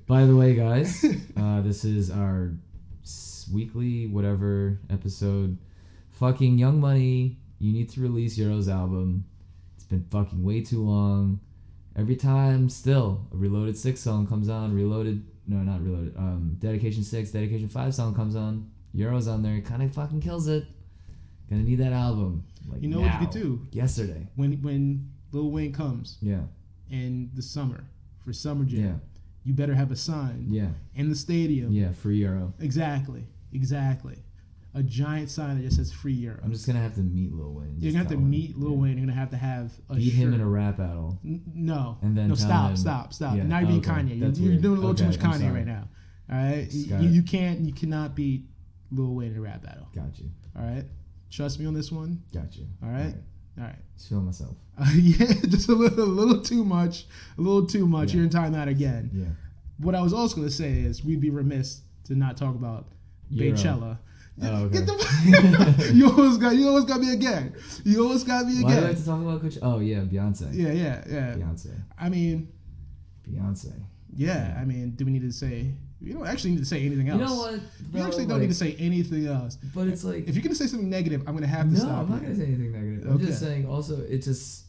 D: By the way, guys, uh, this is our s- weekly whatever episode. Fucking Young Money, you need to release Euro's album. It's been fucking way too long. Every time, still a Reloaded Six song comes on. Reloaded, no, not Reloaded. Um, Dedication Six, Dedication Five song comes on. Euro's on there. Kind of fucking kills it. Gonna need that album. Like
C: You know what you
D: now.
C: could do
D: Yesterday.
C: when when Lil Wayne comes
D: Yeah.
C: in the summer for summer jam.
D: Yeah.
C: You better have a sign
D: Yeah.
C: in the stadium.
D: Yeah, free euro.
C: Exactly. Exactly. A giant sign that just says "Free Europe."
D: I'm just gonna have to meet Lil Wayne.
C: You're
D: just
C: gonna have to
D: tell him.
C: meet Lil
D: Yeah.
C: Wayne. You're gonna have to have a
D: Beat
C: shirt.
D: him in a rap battle.
C: N- No.
D: And then
C: no,
D: tell
C: stop,
D: him-
C: stop, stop.
D: Yeah, oh,
C: Now you're being
D: okay,
C: Kanye.
D: that's
C: You, are
D: weird.
C: doing a little too much
D: Okay, I'm
C: Kanye
D: sorry.
C: right now. All right,
D: Just got
C: you,
D: it.
C: you can't, you cannot beat Lil Wayne in a rap battle.
D: Got you.
C: All right, trust me on this one.
D: Got you.
C: All right, all right.
D: Just feel myself.
C: Uh, yeah, just a little, a little too much, a little too much.
D: Yeah.
C: You're in timeout again.
D: Yeah.
C: What I was also going to say is we'd be remiss to not talk about
D: Euro.
C: Baychella.
D: Oh, okay.
C: Get the, you always got, you always got me again. You always got me
D: Why do I have
C: again.
D: to talk about Coach? Oh yeah, Beyonce.
C: Yeah, yeah, yeah.
D: Beyonce.
C: I mean,
D: Beyonce.
C: yeah. I mean, do we need to say? You don't actually need to say anything else.
D: You know what?
C: You
D: bro?
C: actually don't
D: Like,
C: need to say anything else.
D: But it's like
C: If you're gonna say something negative, I'm gonna have to
D: no,
C: stop.
D: I'm not
C: you.
D: gonna say anything negative. I'm just
C: Okay.
D: saying. Also, it just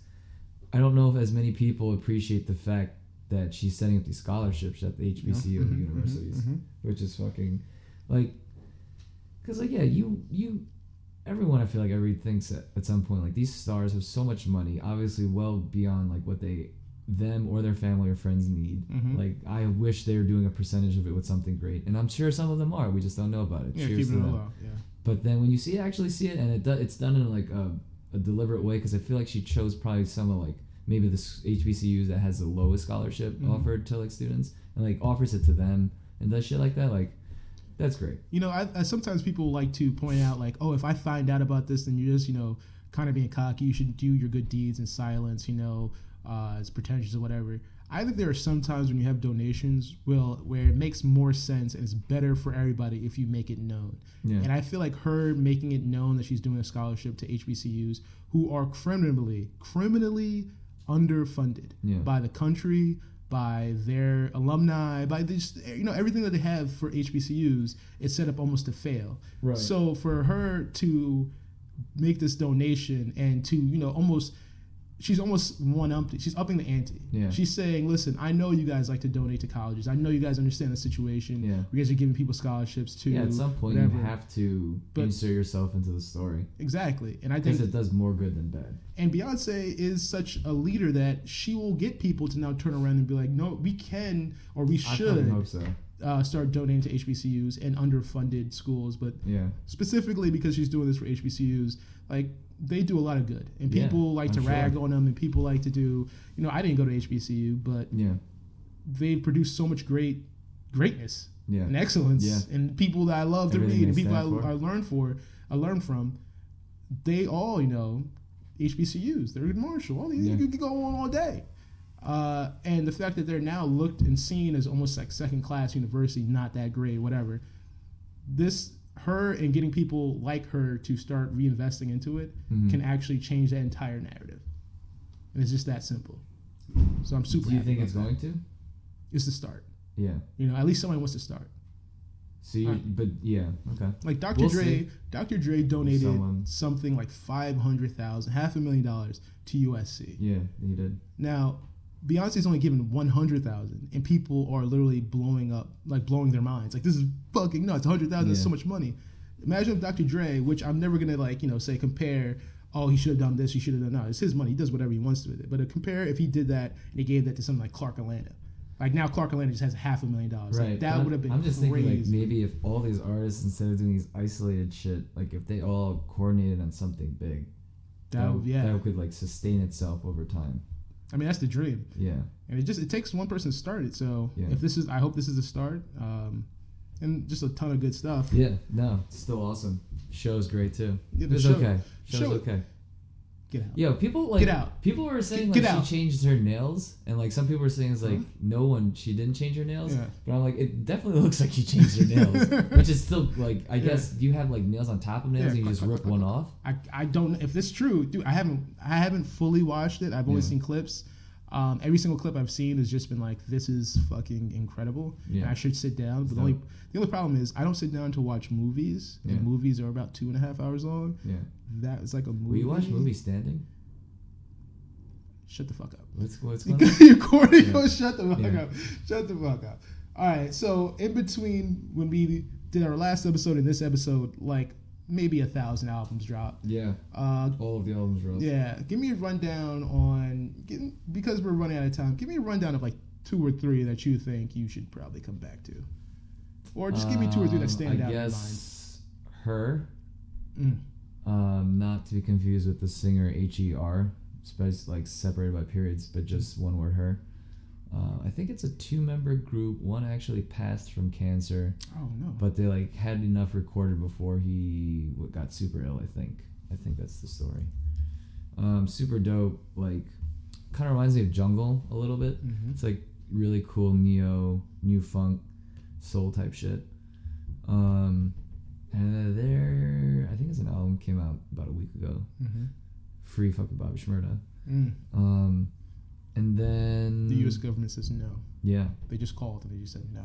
D: I don't know if as many people appreciate the fact that she's setting up these scholarships at the HBCU
C: mhm, mhm,
D: universities,
C: mhm.
D: which is fucking like because like yeah, you you everyone I feel like every thinks at, at some point like these stars have so much money, obviously well beyond like what they them or their family or friends need.
C: Mhm.
D: Like I wish they were doing a percentage of it with something great, and I'm sure some of them are. We just don't know about it.
C: Yeah,
D: Cheers
C: keep it
D: to them.
C: low. Yeah.
D: But then when you see actually see it, and it do, it's done in like a, a deliberate way, because I feel like she chose probably some of like maybe the s- HBCUs that has the lowest scholarship
C: Mm-hmm.
D: offered to like students, and like offers it to them and does shit like that. Like that's great.
C: You know, I, I sometimes people like to point out like, oh, if I find out about this, then you're just you know kind of being cocky. You should do your good deeds in silence. You know, uh, it's pretentious or whatever. I think there are some times when you have donations, will where it makes more sense and it's better for everybody if you make it known.
D: Yeah.
C: And I feel like her making it known that she's doing a scholarship to HBCUs who are criminally, criminally underfunded
D: Yeah.
C: by the country, by their alumni, by this, you know, everything that they have for HBCUs is set up almost to fail.
D: Right.
C: So for her to make this donation and to, you know, almost she's almost one up. She's upping the ante.
D: Yeah.
C: She's saying, "Listen, I know you guys like to donate to colleges. I know you guys understand the situation.
D: Yeah.
C: You guys are giving people scholarships to
D: Yeah, at some point
C: whatever.
D: you have to
C: But-
D: insert yourself into the story
C: exactly. And I
D: because
C: think
D: it does more good than bad.
C: and Beyonce is such a leader that she will get people to now turn around and be like, "No, we can or we
D: I fucking hope
C: should
D: so.
C: uh, start donating to HBCUs and underfunded schools." But
D: Yeah.
C: specifically because she's doing this for HBCUs, like they do a lot of good, and
D: Yeah,
C: people like to
D: I'm
C: rag
D: sure.
C: on them, and people like to do, you know, I didn't go to HBCU, but
D: Yeah.
C: they produce so much great greatness
D: Yeah.
C: and excellence
D: Yeah.
C: and people that I love to
D: Everything
C: read and
D: they
C: people I,
D: stand for.
C: I learn for I learn from they all you know HBCUs they're in Marshall all these,
D: Yeah.
C: you could go on all day uh, and the fact that they're now looked and seen as almost like second class university not that great whatever this her and getting people like her to start reinvesting into it
D: Mm-hmm.
C: can actually change that entire narrative and it's just that simple so I'm super
D: Do you
C: happy
D: think
C: about
D: it's
C: that.
D: going to?
C: it's the start
D: Yeah.
C: you know, at least somebody wants to start.
D: So you,
C: Alright.
D: but yeah, okay.
C: Like Dr.
D: We'll
C: Dre,
D: see.
C: Dr. Dre donated
D: Someone-
C: something like five hundred thousand, half a million dollars to USC.
D: Yeah, he did.
C: Now, Beyonce's only given one hundred thousand, and people are literally blowing up, like blowing their minds. Like this is fucking nuts. One hundred thousand is
D: Yeah.
C: so much money. Imagine if Dr. Dre, which I'm never gonna like, you know, say compare. Oh, he should have done this. He should have done that. It's his money. He does whatever he wants with it. But uh, compare if he did that and he gave that to something like Clark Atlanta. Like now, Clark Atlanta just has half a million dollars. Like,
D: but
C: that
D: I'm-
C: would have been.
D: I'm just
C: crazy.
D: thinking like maybe if all these artists instead of doing these isolated shit, like if they all coordinated on something big,
C: That would, yeah.
D: that could like sustain itself over time.
C: I mean, that's the dream,
D: Yeah,
C: and it just it takes one person to start it. So
D: Yeah.
C: if this is, I hope this is a start, um, and just a ton of good stuff.
D: yeah, no, it's still awesome. Show's great too.
C: Yeah,
D: it
C: the
D: was
C: show-
D: okay. Show's
C: show-
D: okay.
C: Get out.
D: Yo, people like
C: Get out.
D: people were saying
C: Get
D: like
C: out.
D: she changed her nails, and like some people were saying it's like no one she didn't change her nails.
C: Yeah.
D: But I'm like, it definitely looks like you changed your nails, which is still like I guess you have like nails on top of nails
C: Yeah,
D: and you
C: click,
D: just
C: click,
D: rip one off.
C: I, I don't if this is true, dude. I haven't I haven't fully watched it. I've only
D: Yeah.
C: seen clips. Um, every single clip I've seen has just been like, this is fucking incredible.
D: Yeah.
C: And I should sit down. But the
D: So-
C: only the only problem is I don't sit down to watch movies.
D: Yeah.
C: And movies are about two and a half hours long.
D: Yeah.
C: That is like a movie.
D: Will you watch movie standing?
C: Shut the fuck up.
D: What's what's going on?
C: You're corny.
D: Yeah.
C: Yo, shut the fuck
D: Yeah.
C: up. Shut the fuck up. All right. So in between when we did our last episode and this episode, like maybe a thousand albums dropped.
D: Yeah,
C: Uh,
D: all of the albums were. Yeah.
C: yeah. Give me a rundown on give- because we're running out of time. Give me a rundown of like two or three that you think you should probably come back to. Or just give me two or three
D: Um,
C: that stand
D: I
C: out. in
D: guess her,
C: Mm.
D: um, not to be confused with the singer H E R, space like separated by periods, but just
C: Mm.
D: one word. Her. Uh, I think it's a two-member group. One actually passed from cancer,
C: Oh no.
D: but they like had enough recorded before he w- got super ill. I think. I think that's the story. Um, super dope. Like, kind of reminds me of Jungle a little bit.
C: Mhm.
D: It's like really cool neo, new funk, soul type shit. Um, and there, I think it's an album came out about a week ago.
C: Mhm.
D: Mm-hmm. Free fucking Bobby Shmurda.
C: Mm.
D: Um, and then
C: The U.S. government says no.
D: yeah,
C: They just called and they just said no.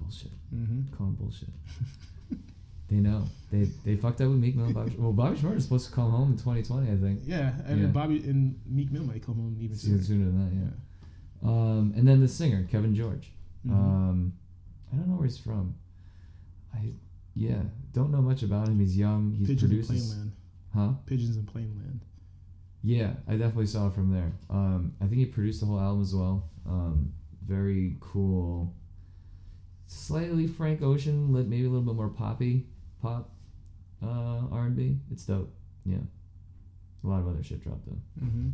D: bullshit.
C: Mm-hmm.
D: Call 'em bullshit. they know they they fucked up with Meek Mill. And Bobby, Sh- well, Bobby Shmurda's supposed to come home in 2020, I think.
C: Yeah, and
D: Yeah.
C: then Bobby and Meek Mill might come home even
D: Sooner,
C: sooner.
D: sooner than that, yeah. Um, and then the singer Kevin George.
C: Mhm.
D: Um, I don't know where he's from. I yeah, don't know much about him. He's young. He's
C: Pigeons in
D: produces,
C: Plainland.
D: huh?
C: Pigeons in Plainland.
D: Yeah, I definitely saw it from there. Um, I think he produced the whole album as well. Um, very cool, slightly Frank Ocean, li- maybe a little bit more poppy pop uh, R and B. It's dope. Yeah, a lot of other shit dropped though.
C: Mm-hmm.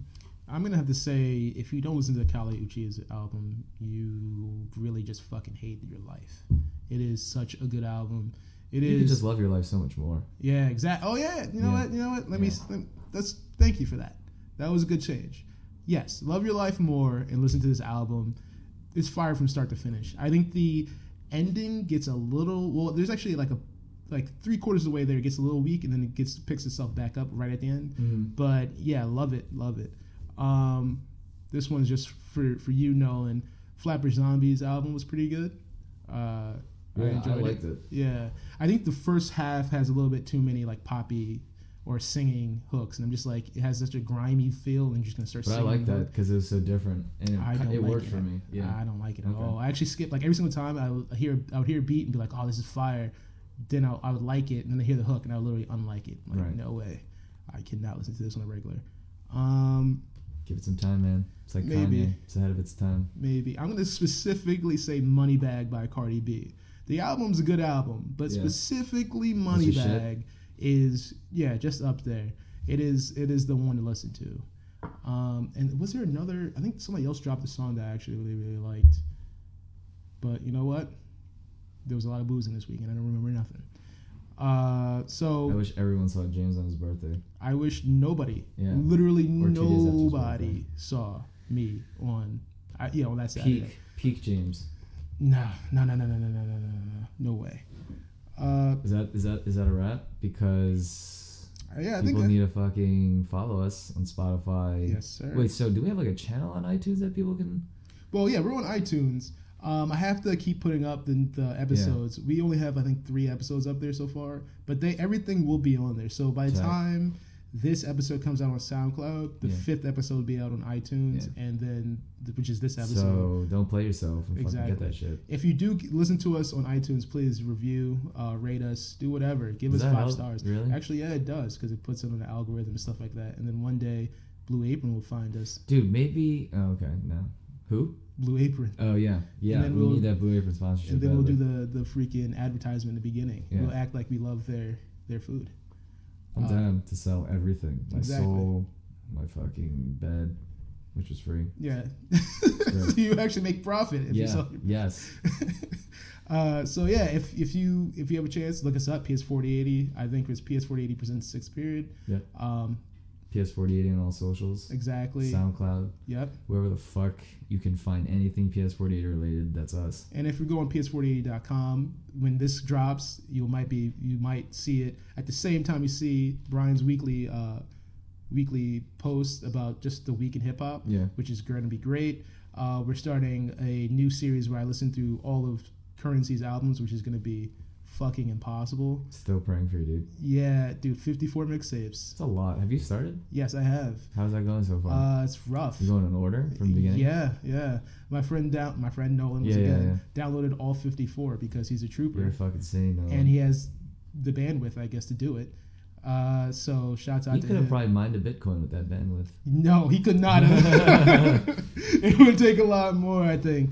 C: I'm gonna have to say, if you don't listen to Kali Uchie's album, you really just fucking hate your life. It is such a good album. It is.
D: You can just love your life so much more.
C: Yeah, exactly. Oh yeah, you know
D: Yeah.
C: what? You know what? Let
D: Yeah.
C: me. Let, that's thank you for that. That was a good change. Yes, love your life more and listen to this album. It's fire from start to finish. I think the ending gets a little. Well, there's actually like a like three quarters of the way there. It gets a little weak and then it gets picks itself back up right at the end.
D: Mm-hmm.
C: But yeah, love it, love it. Um, this one's just for for you, Nolan. Flapper Zombies album was pretty good. Uh,
D: Yeah, I liked
C: it.
D: it.
C: Yeah, I think the first half has a little bit too many like poppy or singing hooks, and I'm just like it has such a grimy feel, and you're just gonna start.
D: But I
C: singing
D: like
C: the hook.
D: that because it was so different and it,
C: I
D: ki-
C: don't
D: it
C: like
D: worked
C: it.
D: for me. Yeah,
C: I don't like it at
D: Okay.
C: all. I actually skip like every single time I would hear I would hear a beat and be like, oh, this is fire. Then I, I would like it, and then I hear the hook, and I would literally unlike it. Like
D: Right.
C: no way, I cannot listen to this on a regular. Um,
D: give it some time, man. It's like
C: Maybe.
D: Kanye. It's ahead of its time.
C: maybe I'm gonna specifically say "Moneybag" by Cardi B. The album's a good album, but
D: Yeah.
C: specifically
D: your shit.
C: "Moneybag" is yeah, just up there. It is it is the one to listen to. Um, and was there another? I think somebody else dropped a song that I actually really really liked. But you know what? There was a lot of boozing this weekend. I don't remember nothing. Uh, so
D: I wish everyone saw James on his birthday.
C: I wish nobody,
D: Yeah.
C: literally
D: Or two days after his
C: nobody,
D: birthday.
C: saw me on, I, you know, on that Saturday.
D: Peak, peak James.
C: No, no, no, no, no, no, no, no, no, no, no way. Uh,
D: Is that is that is that a wrap? Because
C: yeah, I think
D: people
C: that,
D: need to fucking follow us on Spotify.
C: yes, sir.
D: Wait, so do we have like a channel on iTunes that people can?
C: Well, yeah, we're on iTunes. Um, I have to keep putting up the, the episodes. We only have, I think, three episodes up there so far, but they everything will be on there. So by the
D: Tight.
C: time this episode comes out on SoundCloud, the
D: Yeah.
C: fifth episode will be out on iTunes, and then the, which is this episode.
D: So don't play yourself and fucking
C: Exactly.
D: get that shit.
C: If you do g- listen to us on iTunes, please review, uh, rate us, do whatever. Give
D: Does
C: us
D: that
C: five
D: help?
C: stars.
D: Really?
C: Actually, yeah, it does because it puts it on the algorithm and stuff like that. And then one day, Blue Apron will find us.
D: Dude, maybe. Oh, okay, no. Who?
C: Blue Apron.
D: Oh yeah, yeah.
C: then
D: we
C: we'll-
D: need that Blue Apron sponsorship.
C: and then we'll do the,
D: badly.
C: the freaking advertisement in the beginning.
D: Yeah.
C: We'll act like we love their their food.
D: I'm
C: uh,
D: down to sell everything. My
C: Exactly.
D: soul, my fucking bed, which was free.
C: Yeah.
D: Sure.
C: so you actually make profit if you
D: yeah.
C: sell your
D: Yes.
C: Uh, so yeah, if, if you if you have a chance, look us up. PS forty eighty. I think it's PS forty eighty presents sixth period.
D: Yeah.
C: Um,
D: PS48 on all socials.
C: exactly.
D: SoundCloud.
C: Yep.
D: Wherever the fuck you can find anything PS48 related, that's us.
C: And if you go on ps480.com, when this drops, you might be you might see it at the same time you see Brian's weekly uh, weekly post about just the week in hip hop,
D: Yeah.
C: which is going to be great. Uh, we're starting a new series where I listen through all of Currency's albums, which is going to be fucking impossible.
D: Still praying for you, dude.
C: Yeah, dude, 54 mixtapes.
D: It's a lot. Have you started?
C: Yes, I have.
D: How's that going so far?
C: Uh, it's rough.
D: you going in order from the beginning?
C: Yeah, yeah. My friend down, my friend Nolan was
D: Yeah, yeah,
C: again downloaded all 54 because he's a trooper.
D: You're fucking sane. No.
C: and he has the bandwidth, I guess, to do it. Uh, so shouts out
D: you
C: to
D: could have
C: him.
D: probably mined a Bitcoin with that bandwidth.
C: no, he could not. have. it would take a lot more, I think.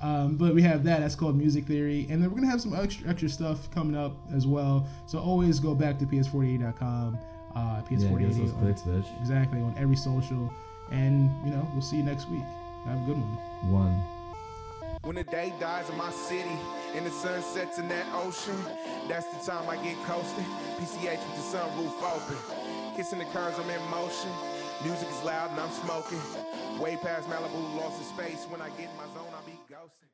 C: Um, but we have that. That's called Music Theory, and then we're gonna have some extra extra stuff coming up as well. So always go back to ps48.com, uh,
D: Yeah, give us those
C: ps48
D: clicks, bitch.
C: exactly on every social, and you know we'll see you next week. Have a good one.
D: One.
E: When the day dies in my city and the sun sets in that ocean, that's the time I get coasted. PCH with the sunroof open. Kissing the curves, I'm in motion. Music is loud and I'm smoking. Way past Malibu, lost in space. When I get in my zone, I be ghosting.